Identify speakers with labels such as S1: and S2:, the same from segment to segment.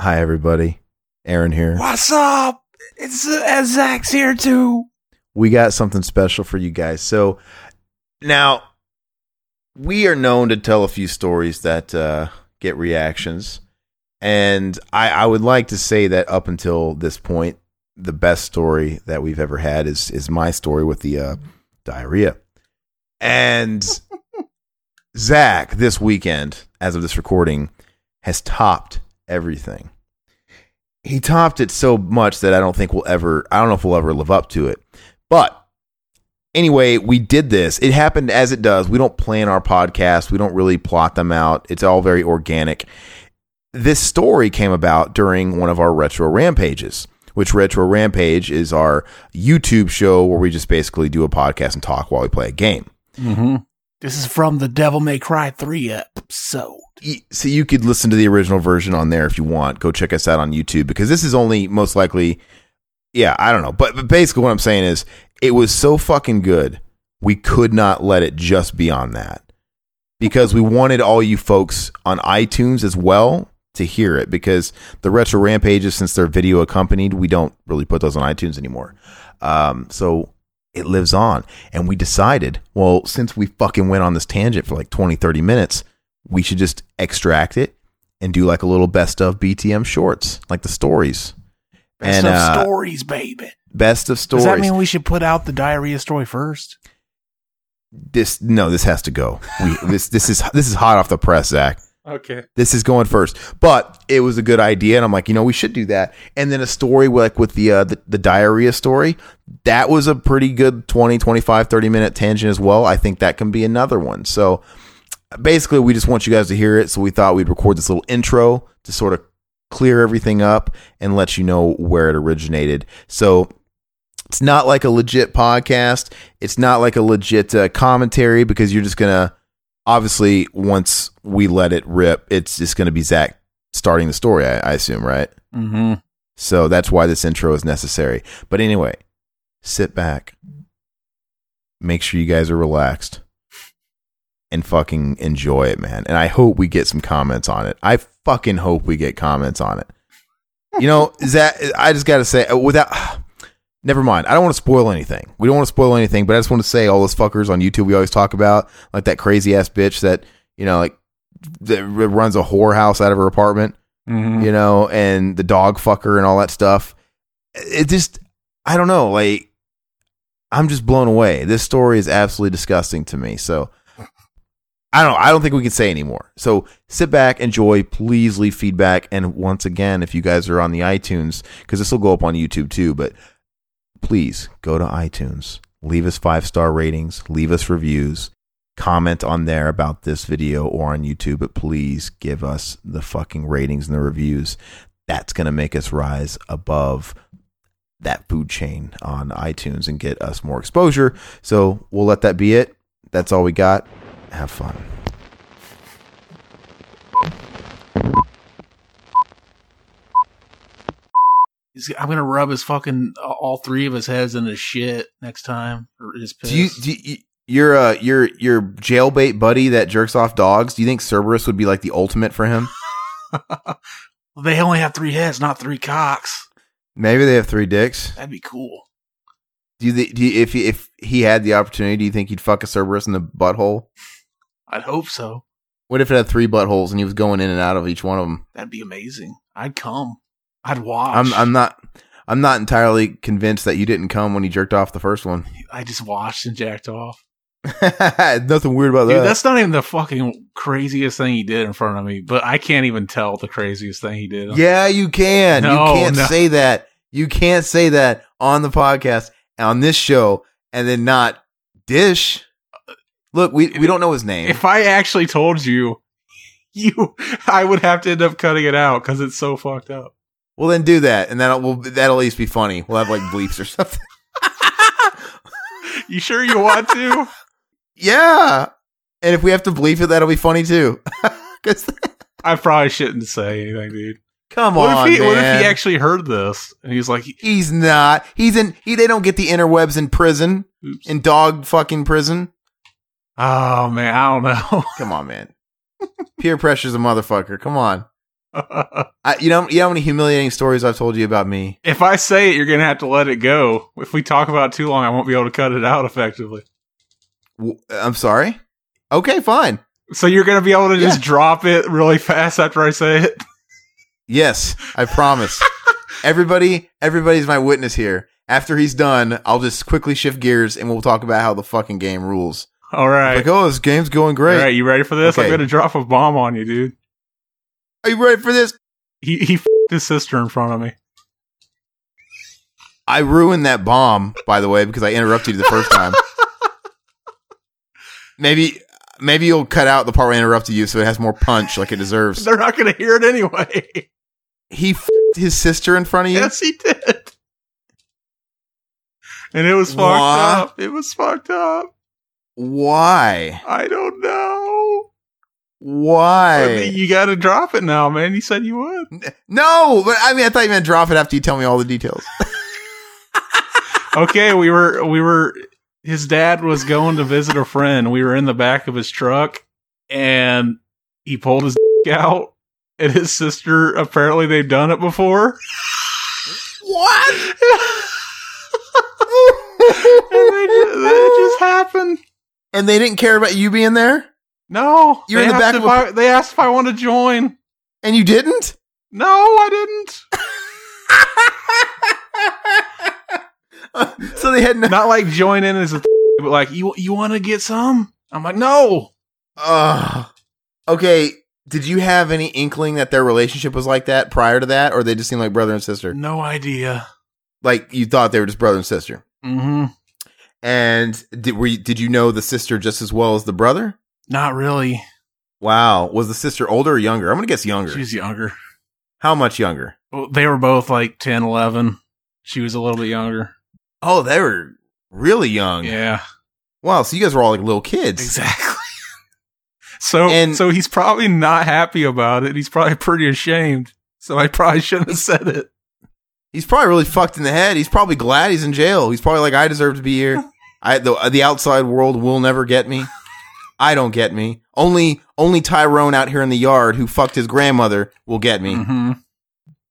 S1: Hi, everybody. Aaron here.
S2: What's up? It's uh, Zach's here too.
S1: We got something special for you guys. So now we are known to tell a few stories that uh, get reactions. And I, I would like to say that up until this point, the best story that we've ever had is is my story with the uh, diarrhea. And Zach, this weekend, as of this recording, has topped everything. He topped it so much that I don't think we'll ever, I don't know if we'll ever live up to it. But anyway, we did this. It happened as it does. We don't plan our podcasts, we don't really plot them out. It's all very organic. This story came about during one of our retro rampages, which Retro Rampage is our YouTube show where we just basically do a podcast and talk while we play a game.
S2: Mm-hmm. This is from the Devil May Cry 3 episode.
S1: Y- So you could listen to the original version on there if you want. Go check us out on YouTube because this is only most likely, yeah, I don't know. But, but basically, what I'm saying is it was so fucking good. We could not let it just be on that because we wanted all you folks on iTunes as well to hear it because the retro rampages, since they're video accompanied, we don't really put those on iTunes anymore. Um, so it lives on. And we decided, well, since we fucking went on this tangent for like 20, 30 minutes, we should just extract it and do like a little best of BTM shorts, like the stories.
S2: Best
S1: and
S2: of
S1: uh,
S2: stories, baby.
S1: best of
S2: Does
S1: stories.
S2: that mean we should put out the diarrhea story first?
S1: this no, this has to go. We, this this is this is hot off the press, Zach.
S3: Okay.
S1: This is going first, but it was a good idea, and I'm like, you know, we should do that. And then a story like with the uh, the, the diarrhea story, that was a pretty good 20, 25, 30 minute tangent as well. I think that can be another one. So basically, we just want you guys to hear it. So we thought we'd record this little intro to sort of clear everything up and let you know where it originated. So it's not like a legit podcast. It's not like a legit uh, commentary because you're just gonna obviously once we let it rip, it's just gonna be Zach starting the story. I, I assume, right?
S2: Mm-hmm.
S1: So that's why this intro is necessary. But anyway, sit back, make sure you guys are relaxed, and fucking enjoy it, man. And I hope we get some comments on it. I fucking hope we get comments on it. You know, Zach, I just got to say, uh, without. Never mind. I don't want to spoil anything. We don't want to spoil anything, but I just want to say all those fuckers on YouTube we always talk about, like that crazy ass bitch that, you know, like that runs a whorehouse out of her apartment
S2: Mm-hmm.
S1: you know, and the dog fucker and all that stuff. It just, I don't know. Like, I'm just blown away. This story is absolutely disgusting to me. So, I don't know. I don't think we can say anymore. So, sit back, enjoy. Please leave feedback. And once again, if you guys are on the iTunes, because this will go up on YouTube too, but please go to iTunes, leave us five star ratings, leave us reviews, comment on there about this video or on YouTube, but please give us the fucking ratings and the reviews. That's going to make us rise above that food chain on iTunes and get us more exposure. So we'll let that be it. That's all we got. Have fun.
S2: I'm gonna rub his fucking all three of his heads in his shit next time or his piss.
S1: Do you, do you, your uh, your your jailbait buddy that jerks off dogs? Do you think Cerberus would be like the ultimate for him?
S2: they only have three heads, not three cocks.
S1: Maybe they have three dicks.
S2: That'd be cool.
S1: Do you, thi- do you if he, if he had the opportunity, do you think he'd fuck a Cerberus in the butthole?
S2: I'd hope so.
S1: What if it had three buttholes and he was going in and out of each one of them?
S2: That'd be amazing. I'd come. I'd watch.
S1: I'm I'm not I'm not entirely convinced that you didn't come when he jerked off the first one.
S2: I just watched and jacked off.
S1: Nothing weird about
S2: Dude,
S1: that.
S2: that's not even the fucking craziest thing he did in front of me, but I can't even tell the craziest thing he did.
S1: yeah, you can.
S2: No,
S1: you can't
S2: no.
S1: say that. You can't say that on the podcast on this show and then not dish. Look, we we don't know his name.
S2: If I actually told you, you, I would have to end up cutting it out because it's so fucked up.
S1: Well, then do that, and that'll will that'll at least be funny. We'll have like bleeps or something.
S2: You sure you want to?
S1: Yeah. And if we have to bleep it, that'll be funny too. 'Cause-
S2: I probably shouldn't say anything, dude.
S1: come
S2: What
S1: on,
S2: if he?
S1: man.
S2: What if he actually heard this and he's like,
S1: He's not. He's in. He, they don't get the interwebs in prison,
S2: "Oops."
S1: in dog fucking prison.
S2: "Oh man, I don't know."
S1: Come on, man. Peer pressure's a motherfucker. Come on. I, you know, you know how many humiliating stories I've told you about me.
S2: if I say it, you're gonna have to let it go. If we talk about it too long, I won't be able to cut it out effectively.
S1: W- I'm sorry. Okay, fine.
S2: So you're gonna be able to just drop it really fast after I say it.
S1: Yes, I promise. Everybody, everybody's my witness here. After he's done, I'll just quickly shift gears and we'll talk about how the fucking game rules.
S2: All right.
S1: Like, oh, this game's going great.
S2: All right. You ready for this? I'm
S1: Okay.
S2: gonna drop a bomb on you, dude.
S1: Are you ready for this?
S2: He he f- his sister in front of me.
S1: I ruined that bomb, by the way, because I interrupted you the first time. maybe, maybe you'll cut out the part where I interrupted you, so it has more punch, like it deserves.
S2: They're not gonna hear it anyway.
S1: He f- his sister in front of you.
S2: yes, he did. And it was fucked
S1: Wha-
S2: up. It was fucked up.
S1: Why?
S2: I don't know. But
S1: Why?
S2: You got to drop it now, man. You said you would.
S1: no, but I mean, I thought you meant drop it after you tell me all the details.
S2: okay, we were we were his dad was going to visit a friend. We were in the back of his truck and he pulled his dick out and his sister apparently they've done it before.
S1: What?
S2: and they just, that just happened.
S1: and they didn't care about you being there,
S2: No.
S1: You're
S2: they
S1: in the
S2: asked
S1: back
S2: if
S1: of a-
S2: I- they asked if I want to join.
S1: and you didn't.
S2: No, I didn't.
S1: so they had no.
S2: Not like join in as a but like you you want to get some? I'm like, "No."
S1: Ugh. okay, did you have any inkling that their relationship was like that prior to that, or they just seemed like brother and sister?
S2: No idea.
S1: Like you thought they were just brother and sister.
S2: Mhm.
S1: And did were you, did you know the sister just as well as the brother?
S2: Not really.
S1: Wow, was the sister older or younger? I'm gonna guess younger.
S2: She's younger.
S1: How much younger?
S2: Well, they were both like 10, 11. She was a little bit younger.
S1: Oh, they were really young.
S2: Yeah,
S1: Wow, so you guys were all like little kids.
S2: exactly. so,
S1: And-
S2: so he's probably not happy about it. He's probably pretty ashamed. So I probably shouldn't have said it.
S1: He's probably really fucked in the head. He's probably glad he's in jail. He's probably like, I deserve to be here. I the uh, the outside world will never get me. I don't get me. Only only Tyrone out here in the yard who fucked his grandmother will get me.
S2: Mhm.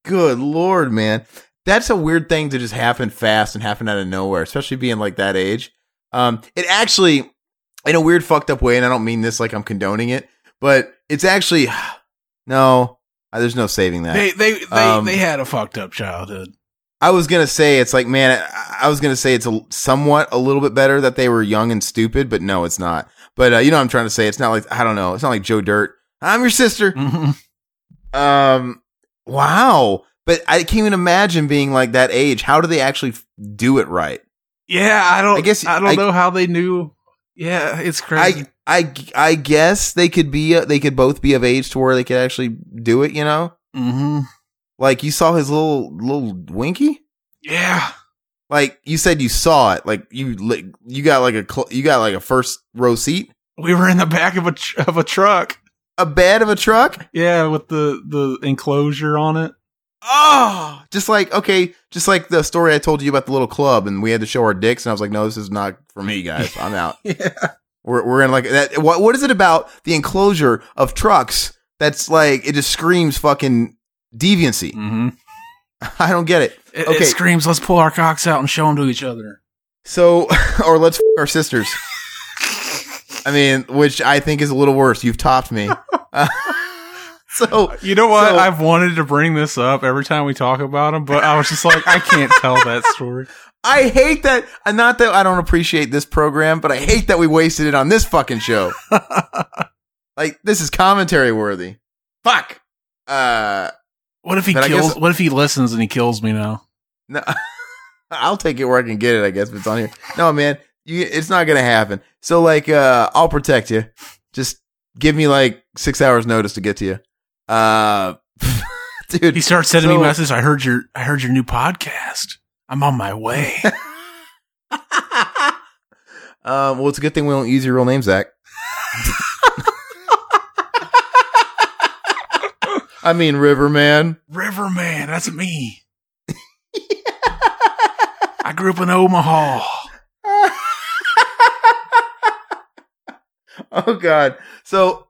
S1: Good lord, man. That's a weird thing to just happen fast and happen out of nowhere, especially being like that age. Um, it actually, in a weird fucked up way, and I don't mean this like I'm condoning it, but it's actually no. There's no saving that.
S2: They, they, they,
S1: Um,
S2: they had a fucked up childhood.
S1: I was gonna say it's like, man, I I was gonna say it's a, somewhat a little bit better that they were young and stupid, but no, it's not. But uh, you know, what I'm trying to say it's not like I don't know, it's not like Joe Dirt. I'm your sister.
S2: Mhm.
S1: Um, wow. But I can't even imagine being like that age. How do they actually f- do it right?
S2: Yeah, I don't. I
S1: I
S2: guess
S1: guess-
S2: I don't
S1: I-
S2: know how they knew. Yeah, it's crazy.
S1: I I I guess they could be uh, they could both be of age to where they could actually do it. You know,
S2: mm-hmm.
S1: like you saw his little little winky.
S2: Yeah,
S1: Like you said, you saw it. Like you li- you got like a cl- you got like a first row seat.
S2: we were in the back of a tr- of a truck.
S1: a bed of a truck?
S2: Yeah, with the the enclosure on it.
S1: Oh, just like okay, just like the story I told you about the little club, and we had to show our dicks, and I was like, no, this is not for me, guys. I'm out.
S2: Yeah.
S1: We're we're in like that. What what is it about the enclosure of trucks that's like it just screams fucking deviancy?
S2: Mm-hmm.
S1: I don't get it.
S2: It,
S1: Okay.
S2: it screams, "Let's pull our cocks out and show them to each other."
S1: So, or let's f- our sisters. I mean, which I think is a little worse. You've topped me. Uh, so
S2: You know what?
S1: So-
S2: I've wanted to bring this up every time we talk about them, but I was just like, I can't tell that story.
S1: I hate that. uh, Not that I don't appreciate this program, but I hate that we wasted it on this fucking show. like this is commentary worthy. Fuck. Uh,
S2: What if he
S1: But I
S2: kills?
S1: guess-
S2: what if he listens and he kills me now?
S1: no, I'll take it where I can get it. I guess if it's on here. No, man, you, it's not gonna happen. So like, uh, I'll protect you. Just give me like six hours notice to get to you. Uh, dude,
S2: He starts sending me
S1: So-
S2: messages. I heard your I heard your new podcast. I'm on my way.
S1: Um, well, it's a good thing we don't use your real name, Zach. I mean, Riverman.
S2: Riverman, that's me. I grew up in Omaha.
S1: oh God. So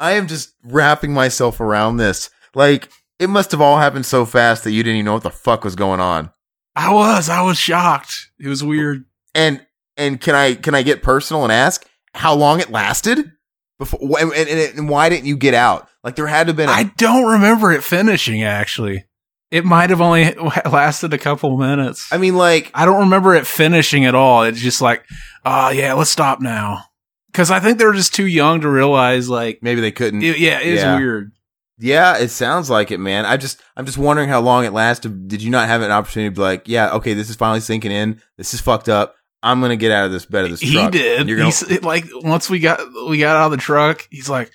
S1: I am just wrapping myself around this Like it must have all happened so fast that you didn't even know what the fuck was going on.
S2: I was. I was shocked. It was weird.
S1: And and can I can I get personal and ask how long it lasted before wh- and, and, and why didn't you get out? Like there had to have been a
S2: I don't remember it finishing, actually. It might have only lasted a couple minutes.
S1: I mean like
S2: I don't remember it finishing at all. It's just like, oh, yeah, let's stop now. Because I think they were just too young to realize, like,
S1: maybe they couldn't
S2: it- yeah, it's
S1: Yeah.
S2: weird.
S1: Yeah, it sounds like it, man. I just I'm just wondering how long it lasted. Did you not have an opportunity to be like, yeah, okay, this is finally sinking in. This is fucked up. I'm gonna get out of this bed of this
S2: He
S1: truck.
S2: did.
S1: You're gonna-
S2: He's it, like, once we got we got out of the truck, he's like,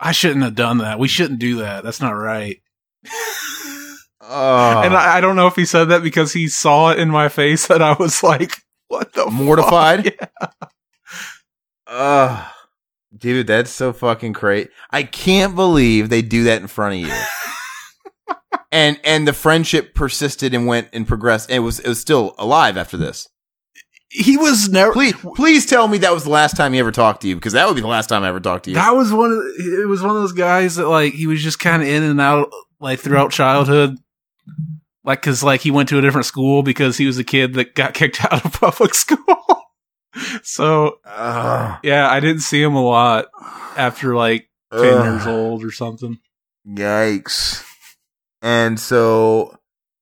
S2: I shouldn't have done that. We shouldn't do that. That's not right.
S1: oh,
S2: And I, I don't know if he said that because he saw it in my face that I was like, what the
S1: mortified.
S2: fuck? Yeah.
S1: Ugh. dude, that's so fucking great. I can't believe they do that in front of you. and and the friendship persisted and went and progressed. It was it was still alive after this.
S2: He was never.
S1: Please please tell me that was the last time he ever talked to you because that would be the last time I ever talked to you.
S2: That was one of the, it was one of those guys that like he was just kind of in and out like throughout childhood. Like cuz like he went to a different school because he was a kid that got kicked out of public school. so,
S1: Ugh.
S2: yeah, I didn't see him a lot after like 10
S1: Ugh.
S2: years old or something.
S1: Yikes. And so,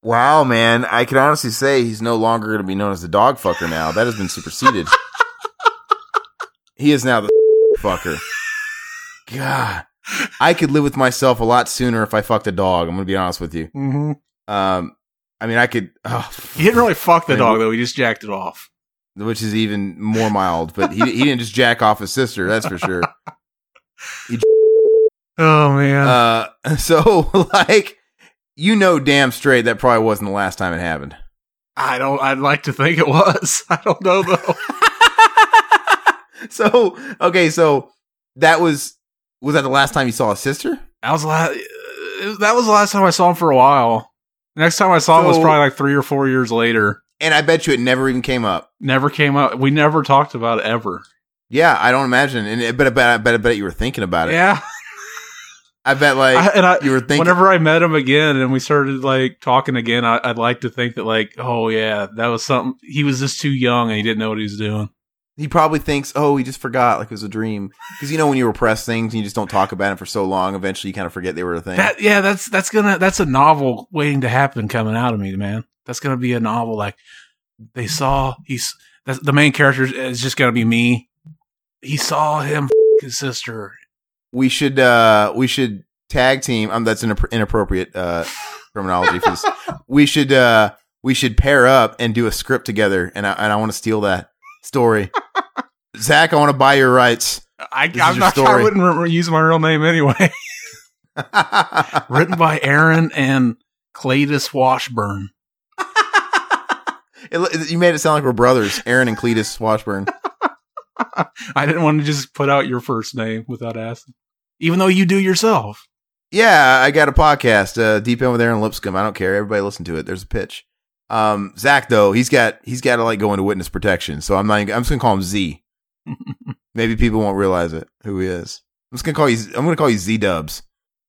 S1: wow, man, I can honestly say he's no longer going to be known as the dog fucker now. That has been superseded. he is now the fucker. God. I could live with myself a lot sooner if I fucked a dog. I'm going to be honest with you.
S2: Mm-hmm.
S1: Um, I mean, I could, oh,
S2: He didn't really fuck the
S1: Man,
S2: dog though. He just jacked it off.
S1: which is even more mild, but he, he didn't just jack off his sister. That's for sure.
S2: Oh man.
S1: Uh, so like, you know, damn straight that probably wasn't the last time it happened.
S2: I don't I'd like to think it was. I don't know though.
S1: so okay, so that was was that the last time you saw a sister?
S2: I was la- uh, that was the last time I saw him for a while. Next time I saw him was
S1: So-
S2: probably like 3 or 4 years later.
S1: And I bet you it never even came up.
S2: never came up. We never talked about it ever.
S1: Yeah, I don't imagine. And it, but, but I bet I bet you were thinking about it.
S2: Yeah,
S1: I bet like
S2: I, and I,
S1: you were thinking.
S2: whenever I met him again and we started like talking again, I, I'd like to think that like, oh yeah, that was something. He was just too young and he didn't know what he was doing.
S1: he probably thinks, oh, he just forgot, like it was a dream. Because you know when you repress things and you just don't talk about it for so long, eventually you kind of forget they were a thing.
S2: That yeah, that's that's gonna that's a novel waiting to happen coming out of me, man. That's gonna be a novel. Like they saw he's that's, the main character is just gonna be me. He saw him f- his sister.
S1: we should uh we should tag team. Um, that's an inappropriate uh terminology for this. We should uh we should pair up and do a script together, and I and I want to steal that story. Zach, I want to buy your rights.
S2: I
S1: This is
S2: I'm
S1: your
S2: not, I
S1: story.
S2: wouldn't re- use my real name anyway. written by Aaron and Cletus Washburn.
S1: It- you made it sound like we're brothers, Aaron and Cletus Washburn.
S2: I didn't want to just put out your first name without asking, even though you do yourself.
S1: Yeah, I got a podcast, uh, Deep In with Aaron Lipscomb. I don't care. Everybody listen to it. There's a pitch. Um, Zach though, he's got he's got to like go into witness protection. So I'm not. even- I'm just gonna call him Z. Maybe people won't realize it who he is. I'm just gonna call you. I'm gonna call you Z Dubs.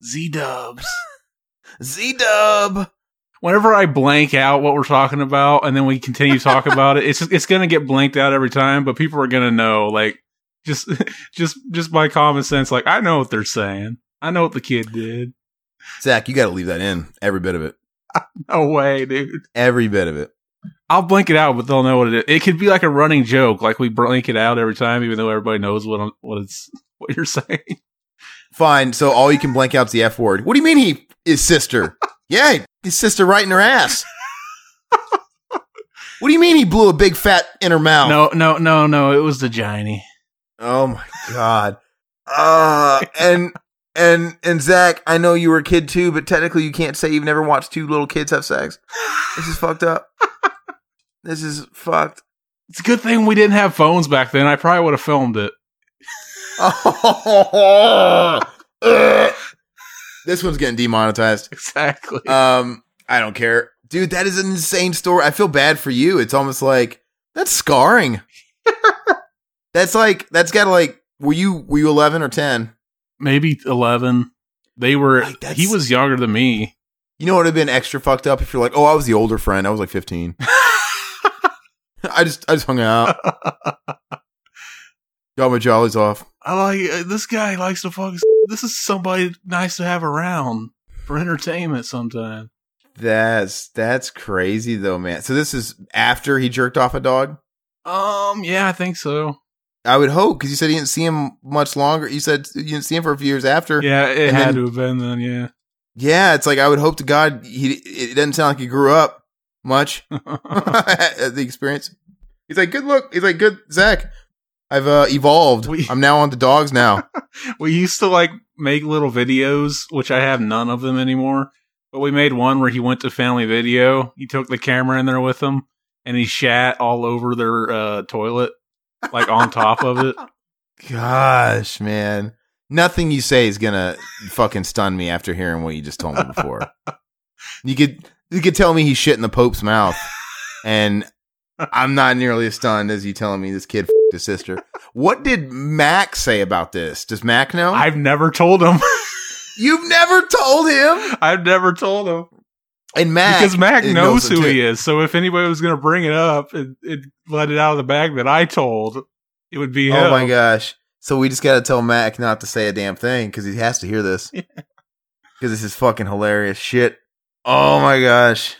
S2: Z Dubs.
S1: Z Dub.
S2: Whenever I blank out what we're talking about, and then we continue to talk about it, it's it's gonna get blanked out every time. But people are gonna know, like just just just by common sense, like I know what they're saying. I know what the kid did.
S1: Zach, you got to leave that in every bit of it.
S2: No way, dude.
S1: Every bit of it.
S2: I'll blank it out, but they'll know what it is. It could be like a running joke, like we blank it out every time, even though everybody knows what I'm, what it's what you're saying.
S1: Fine. So all you can blank out is the F word. What do you mean he his sister? yeah, his sister right in her ass. what do you mean he blew a big fat in her mouth?
S2: No, no, no, no. It was the Johnny.
S1: Oh my god. Uh and and and Zach, I know you were a kid too, but technically you can't say you've never watched two little kids have sex. This is fucked up. This is fucked.
S2: It's a good thing we didn't have phones back then. I probably would have filmed it.
S1: this one's getting demonetized.
S2: Exactly.
S1: Um I don't care. Dude, that is an insane story. I feel bad for you. It's almost like that's scarring. that's like that's got to like were you were you 11 or 10?
S2: Maybe eleven. They were.
S1: Like, that's-
S2: he was younger than me.
S1: You know what would have been extra fucked up if you're like, oh, I was the older friend. I was like 15. I just I just hung out, got my jollies off.
S2: I like uh, this guy likes to fuck. his- This is somebody nice to have around for entertainment. Sometime
S1: That's that's crazy though, man. So this is after he jerked off a dog.
S2: Um, yeah, I think so.
S1: I would hope because you said you didn't see him much longer. You said you didn't see him for a few years after.
S2: Yeah, it
S1: And
S2: had
S1: then-
S2: to have been then. Yeah,
S1: Yeah, it's like I would hope to God he. It doesn't sound like he grew up much at the experience. He's like, good look. He's like, good Zach. I've uh, evolved.
S2: We-
S1: I'm now on the dogs now.
S2: we used to like make little videos, which I have none of them anymore. But we made one where he went to Family Video. He took the camera in there with him, and he shat all over their uh, toilet, like on top of it.
S1: Gosh, man, nothing you say is gonna fucking stun me after hearing what you just told me before. you could you could tell me he's shit in the Pope's mouth, and I'm not nearly as stunned as you telling me this kid f***ed his sister. What did Mac say about this? Does Mac know?
S2: I've never told him.
S1: You've never told him,
S2: I've never told him.
S1: and Mac
S2: because Mac
S1: it
S2: knows
S1: it
S2: who
S1: too.
S2: he is. So if anybody was going to bring it up and, and let it out of the bag that I told, it would be him.
S1: Oh my gosh! So we just got to tell Mac not to say a damn thing because he has to hear this because this is fucking hilarious shit. Oh my gosh!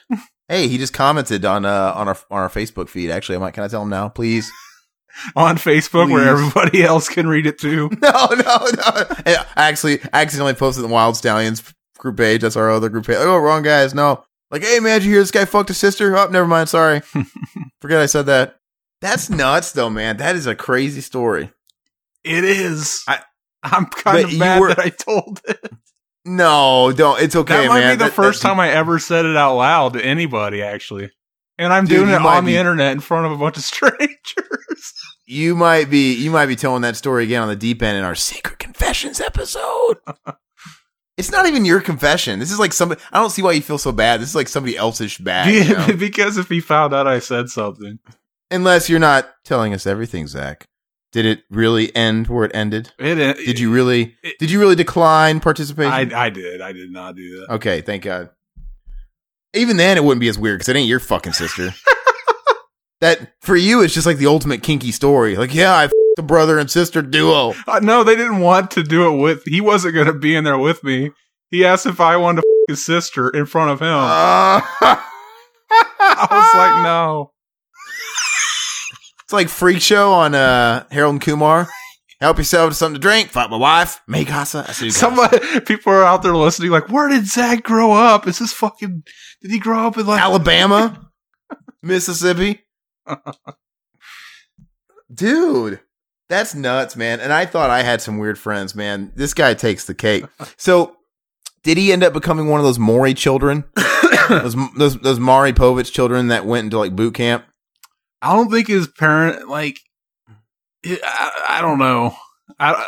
S1: hey, he just commented on uh on our on our Facebook feed. Actually, I might can I tell him now, please?
S2: on Facebook where
S1: Please.
S2: everybody else can read it too.
S1: No, no, no. Hey, I actually I accidentally posted the Wild Stallions group page. That's our other group page. Like, oh, wrong guys. No. Like, hey man, did you hear this guy fucked his sister? Oh, never mind. Sorry, forget I said that. That's nuts, though, man. That is a crazy story.
S2: It is. I,
S1: I-
S2: am kind
S1: But
S2: of
S1: you
S2: mad
S1: were-
S2: that I told it.
S1: No, don't. It's okay,
S2: that might
S1: man.
S2: be the first time I ever said it out loud to anybody, actually. And I'm
S1: Dude,
S2: doing
S1: you
S2: it
S1: might
S2: on
S1: be-
S2: the internet in front of a bunch of strangers.
S1: you might be you might be telling that story again on the deep end in our secret confessions episode. it's not even your confession. This is like somebody. I don't see why you feel so bad. This is like somebody else's bad. you know?
S2: because if he found out I said something,
S1: Unless you're not telling us everything, Zach. Did it really end where it ended?
S2: it,
S1: Did you really?
S2: It-
S1: Did you really decline participation?
S2: I, I did. I did not do that.
S1: okay, thank God. Even then, it wouldn't be as weird because it ain't your fucking sister. that for you, it's just like the ultimate kinky story. Like, yeah, I f- the brother and sister duo.
S2: Uh, no, they didn't want to do it with. He wasn't going to be in there with me. He asked if I wanted to f- his sister in front of him.
S1: Oh.
S2: I was
S1: Ah.
S2: like, no.
S1: it's like Freak Show on uh, Harold and Kumar. Help yourself to something to drink. Fuck my wife. Make casa. I see Some
S2: Somebody, people are out there listening, like, where did Zach grow up? Is this fucking? Did he grow up in like?
S1: Alabama, Mississippi. Dude, that's nuts, man. And I thought I had some weird friends, man. This guy takes the cake. So, did he end up becoming one of those Maury children? those those those Maury Povich children that went into like boot camp?
S2: I don't think his parent like. it- I, I don't know. I, I-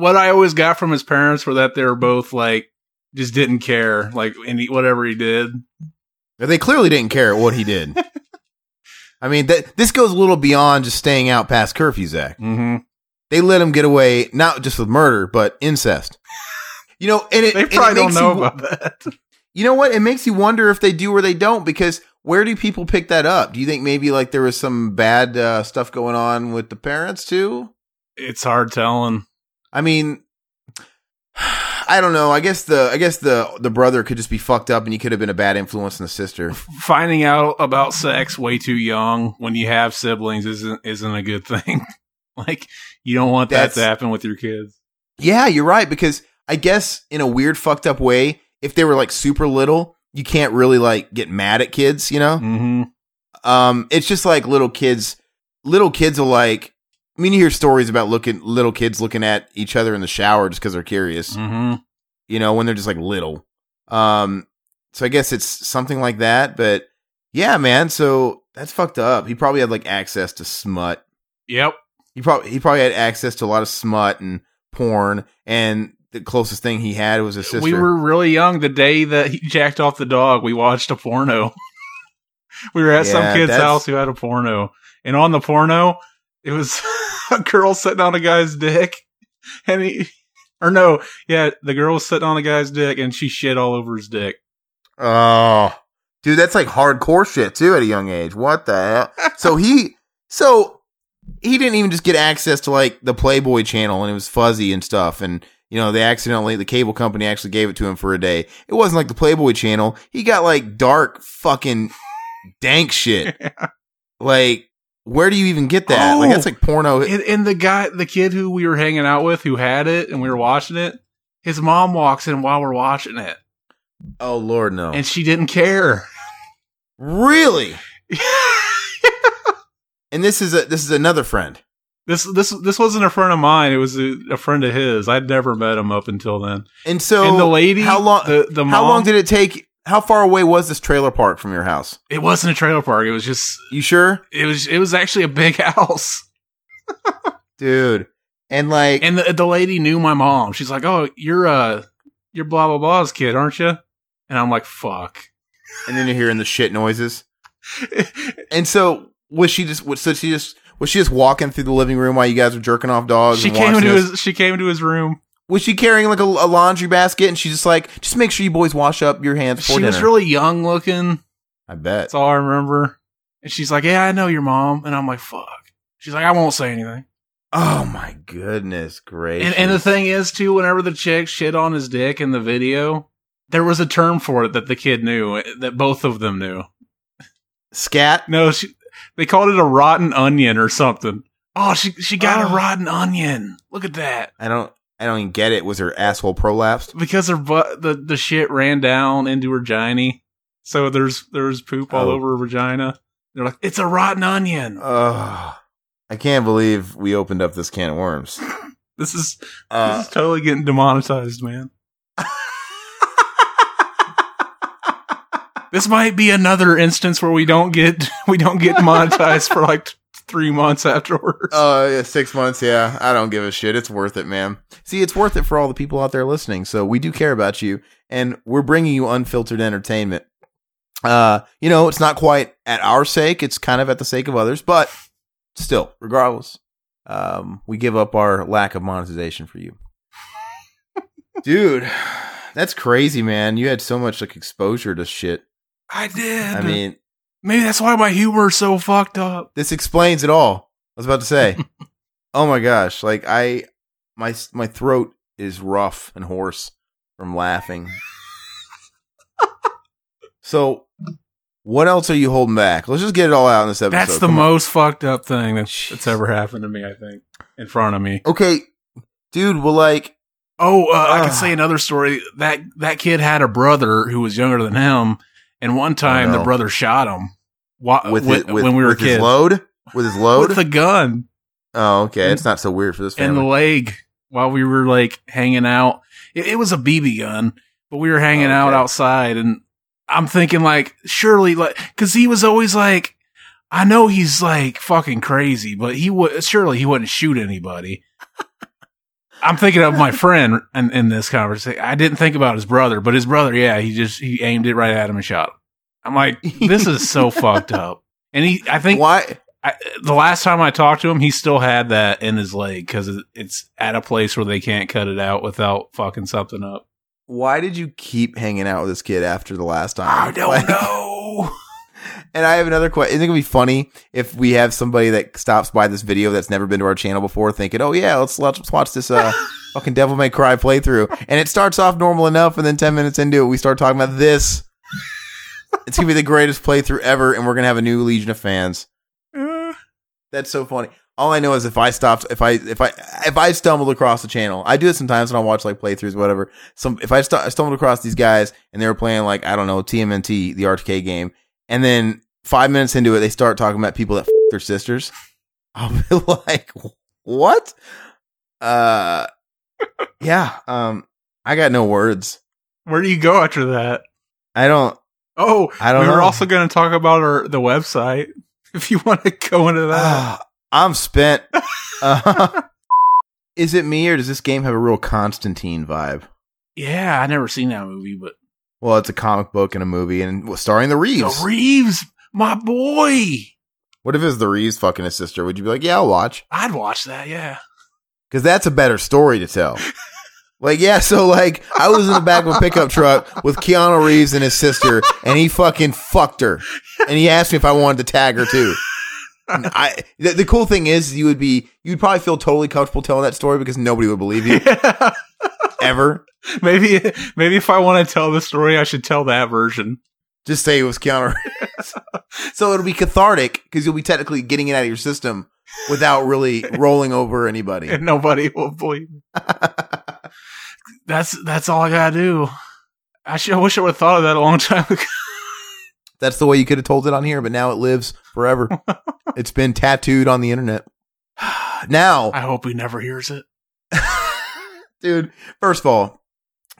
S2: what I always got from his parents were that they were both like just didn't care, like any whatever he did.
S1: They clearly didn't care what he did. I mean, that this goes a little beyond just staying out past curfew, Zach.
S2: Mm-hmm.
S1: They let him get away not just with murder, but incest. You know, and it
S2: They
S1: and it
S2: probably don't
S1: makes you
S2: know
S1: wo-
S2: about that.
S1: You know what? It makes you wonder if they do or they don't because where do people pick that up? Do you think maybe like there was some bad uh, stuff going on with the parents too?
S2: It's hard telling.
S1: I mean, I don't know. I guess the I guess the the brother could just be fucked up and he could have been a bad influence on the sister.
S2: finding out about sex way too young when you have siblings isn't isn't a good thing. like you don't want that to
S1: That's-
S2: happen with your kids.
S1: Yeah, you're right because I guess in a weird fucked up way, if they were like super little, you can't really like get mad at kids, you know?
S2: Mm-hmm.
S1: Um, it's just like little kids. Little kids are like. I mean, you hear stories about looking little kids looking at each other in the shower just because they're curious.
S2: Mm-hmm.
S1: You know, when they're just like little. Um, so I guess it's something like that. But yeah, man. So that's fucked up. He probably had like access to smut.
S2: Yep.
S1: He probably he probably had access to a lot of smut and porn. And the closest thing he had was his sister.
S2: We were really young the day that he jacked off the dog. We watched a porno. we were at some
S1: Yeah,
S2: kid's
S1: that's-
S2: house who had a porno, and on the porno, it was a girl sitting on a guy's dick, and he Or no, yeah, the girl was sitting on the guy's dick and she shit all over his dick.
S1: Oh, dude, that's like hardcore shit too at a young age. What the hell? so he, so he didn't even just get access to like the Playboy channel and it was fuzzy and stuff. And, you know, they accidentally, the cable company actually gave it to him for a day. It wasn't like the Playboy channel. He got like dark fucking dank shit. Like, where do you even get that? like,
S2: Oh.
S1: that's like porno.
S2: And, and the guy, the kid who we were hanging out with who had it and we were watching it, his mom walks in while we're watching it
S1: Oh, Lord, no.
S2: and she didn't care.
S1: really? And this is a, this is another friend.
S2: This this this wasn't a friend of mine. It was a, a friend of his. I'd never met him up until then.
S1: And so,
S2: and the lady,
S1: how long-
S2: The, the
S1: how
S2: mom-
S1: long did it take? How far away was this trailer park from your house?
S2: it wasn't a trailer park? It was just
S1: You sure?
S2: it was it was actually a big house.
S1: dude. And like,
S2: And the the lady knew my mom. She's like, "Oh, you're uh, you're blah blah blah's kid, aren't you?" And I'm like, "Fuck."
S1: and then you're hearing the shit noises. And so was she just? Was, so she just was she just walking through the living room while you guys were jerking off dogs?
S2: she
S1: and
S2: came
S1: watching
S2: into
S1: this?
S2: his she came into his room.
S1: Was she carrying like a, a laundry basket? And she's just like, just make sure you boys wash up your hands
S2: She
S1: before dinner.
S2: was really young looking.
S1: I bet.
S2: That's all I remember. And she's like, "Yeah, I know your mom." And I'm like, "Fuck." She's like, "I won't say anything."
S1: Oh my goodness gracious!
S2: And, and the thing is, too, whenever the chick shit on his dick in the video, there was a term for it that the kid knew, eh, that both of them knew.
S1: scat.
S2: No, she, they called it a rotten onion or something. Oh, she she got
S1: Oh.
S2: a rotten onion. Look at that.
S1: I don't. I don't even get it. Was her asshole prolapsed?
S2: Because her butt, the, the shit ran down into her vagina. So there's there's poop all
S1: Oh. Uh,
S2: over her vagina. They're like, it's a rotten onion.
S1: Ugh. I can't believe we opened up this can of worms.
S2: This is
S1: Uh,
S2: this is totally getting demonetized, man. this might be another instance where we don't get we don't get monetized for like th- three months afterwards.
S1: Uh, yeah, six months. Yeah, I don't give a shit. It's worth it, man. See, it's worth it for all the people out there listening. So we do care about you, and we're bringing you unfiltered entertainment. Uh, you know, it's not quite at our sake. It's kind of at the sake of others, but still, regardless, um, we give up our lack of monetization for you, dude. That's crazy, man. You had so much like exposure to shit.
S2: I did.
S1: I mean,
S2: maybe that's why my humor is so fucked up.
S1: this explains it all. I was about to say. oh my gosh, like I my my throat is rough and hoarse from laughing. so what else are you holding back? Let's just get it all out in this episode.
S2: That's the
S1: Come on.
S2: most fucked up thing that's, that's ever happened to me. I think in front of me.
S1: Okay. Dude, well like
S2: Oh, uh, I
S1: Ugh.
S2: could say another story. That that kid had a brother who was younger than him, and one time
S1: no.
S2: the brother shot him. Wa-
S1: with,
S2: when-
S1: it, with
S2: Uh, when we were
S1: with his
S2: kids,
S1: load? With his load?
S2: with a gun.
S1: oh, okay. It's not so weird for this
S2: in
S1: family.
S2: the leg while we were like hanging out. It, it was a BB gun, but we were hanging
S1: Okay.
S2: out outside, and I'm thinking like, surely, like, because he was always like, I know he's like fucking crazy, but he would surely he wouldn't shoot anybody. I'm thinking of my friend in, in this conversation. I didn't think about his brother, but his brother, yeah, he just he aimed it right at him and shot him. I'm like, this is so fucked up. And he, I think
S1: Why?
S2: I, the last time I talked to him, he still had that in his leg because it's at a place where they can't cut it out without fucking something up.
S1: Why did you keep hanging out with this kid after the last time? Like-
S2: know.
S1: And I have another question. Isn't it gonna be funny if we have somebody that stops by this video that's never been to our channel before, thinking, "Oh yeah, let's watch, let's watch this uh, fucking Devil May Cry playthrough," and it starts off normal enough, and then ten minutes into it, we start talking about this. it's gonna be the greatest playthrough ever, and we're gonna have a new legion of fans.
S2: Eh.
S1: That's so funny. All I know is if I stopped, if I if I if I stumbled across the channel, I do it sometimes when I watch like playthroughs, or whatever. Some if I st- stumbled across these guys and they were playing like I don't know TMNT, the RTK game, and then five minutes into it, they start talking about people that f- their sisters. I'll be like, what? Uh, yeah. Um, I got no words.
S2: Where do you go after that?
S1: I don't.
S2: Oh,
S1: I don't
S2: we were
S1: know.
S2: also going to talk about our the website. If you want to go into that,
S1: Ah, I'm spent. Uh, is it me or does this game have a real Constantine vibe?
S2: yeah, I never seen that movie, but
S1: Well, it's a comic book and a movie, and well, starring the Reeves.
S2: The Reeves, my boy,
S1: what if it's the Reeves fucking his sister? Would you be like, yeah, I'll watch?
S2: I'd watch that. Yeah,
S1: Because that's a better story to tell. Like yeah, so like I was in the back of a pickup truck with Keanu Reeves and his sister, and he fucking fucked her, and he asked me if I wanted to tag her too. And I the, the cool thing is you would be you'd probably feel totally comfortable telling that story because nobody would believe you
S2: Yeah.
S1: ever.
S2: Maybe maybe if I want to tell the story, I should tell that version.
S1: Just say it was Keanu Reeves. so it'll be cathartic because you'll be technically getting it out of your system without really rolling over anybody.
S2: And nobody will believe. me. that's that's all I gotta do. I should, I wish I would have thought of that a long time ago.
S1: That's the way you could have told it on here, but now it lives forever. it's been tattooed on the internet. Now,
S2: I hope he never hears it.
S1: dude, first of all,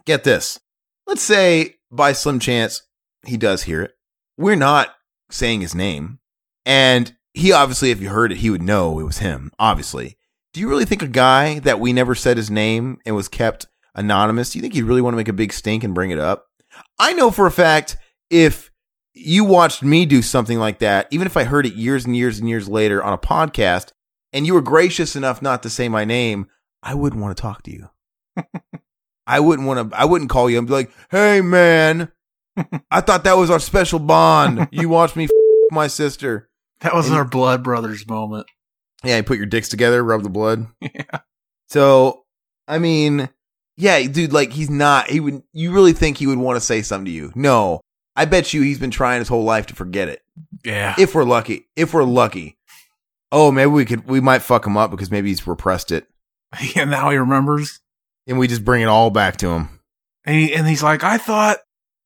S1: get this. Let's say by slim chance he does hear it. We're not saying his name. And he obviously, if you heard it, he would know it was him, obviously. Do you really think a guy that we never said his name and was kept anonymous, do you think he'd really want to make a big stink and bring it up? I know for a fact if you watched me do something like that, even if I heard it years and years and years later on a podcast, and you were gracious enough not to say my name, I wouldn't want to talk to you. I wouldn't want to. I wouldn't call you and be like, "Hey, man, I thought that was our special bond. You watched me f- my sister."
S2: That was
S1: And-
S2: our blood brothers moment.
S1: Yeah, you put your dicks together, rub the blood.
S2: Yeah.
S1: So, I mean, yeah, dude, like he's not. He would. You really think he would want to say something to you? No, I bet you he's been trying his whole life to forget it.
S2: Yeah.
S1: If we're lucky, if we're lucky. Oh, maybe we could. We might fuck him up because maybe he's repressed it,
S2: and now he remembers.
S1: and we just bring it all back to him.
S2: And, he, and he's like, I thought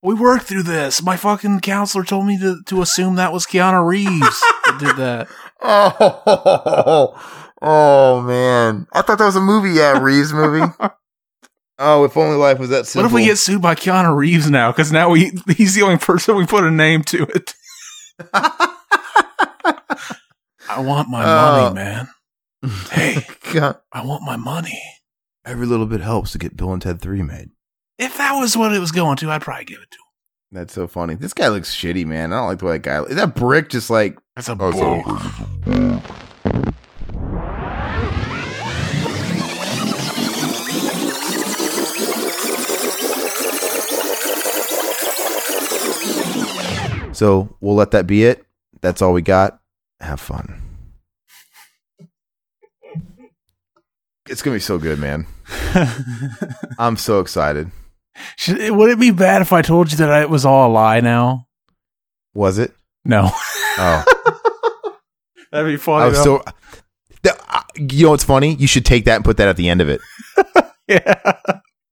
S2: we worked through this. My fucking counselor told me to, to assume that was Keanu Reeves that did that.
S1: Oh, oh man! I thought that was a movie. Yeah, Reeves movie. oh, if only life was that simple.
S2: What if we get sued by Keanu Reeves now? Because now we he's the only person we put a name to it. I want my
S1: Oh.
S2: money, man. Hey,
S1: God,
S2: I want my money.
S1: every little bit helps to get Bill and Ted Three made.
S2: If that was what it was going to, I'd probably give it to him.
S1: That's so funny. This guy looks shitty, man. I don't like the way that guy. Is that brick just like?
S2: That's a
S1: Oh,
S2: bull.
S1: So we'll let that be it. That's all we got. Have fun. It's gonna be so good, man. I'm so excited.
S2: Should, would it be bad if I told you that I- it was all a lie now?
S1: Was it?
S2: No.
S1: Oh,
S2: That'd be
S1: I
S2: funny.
S1: was so. The- uh, you know what's funny? You should take that and put that at the end of it.
S2: yeah.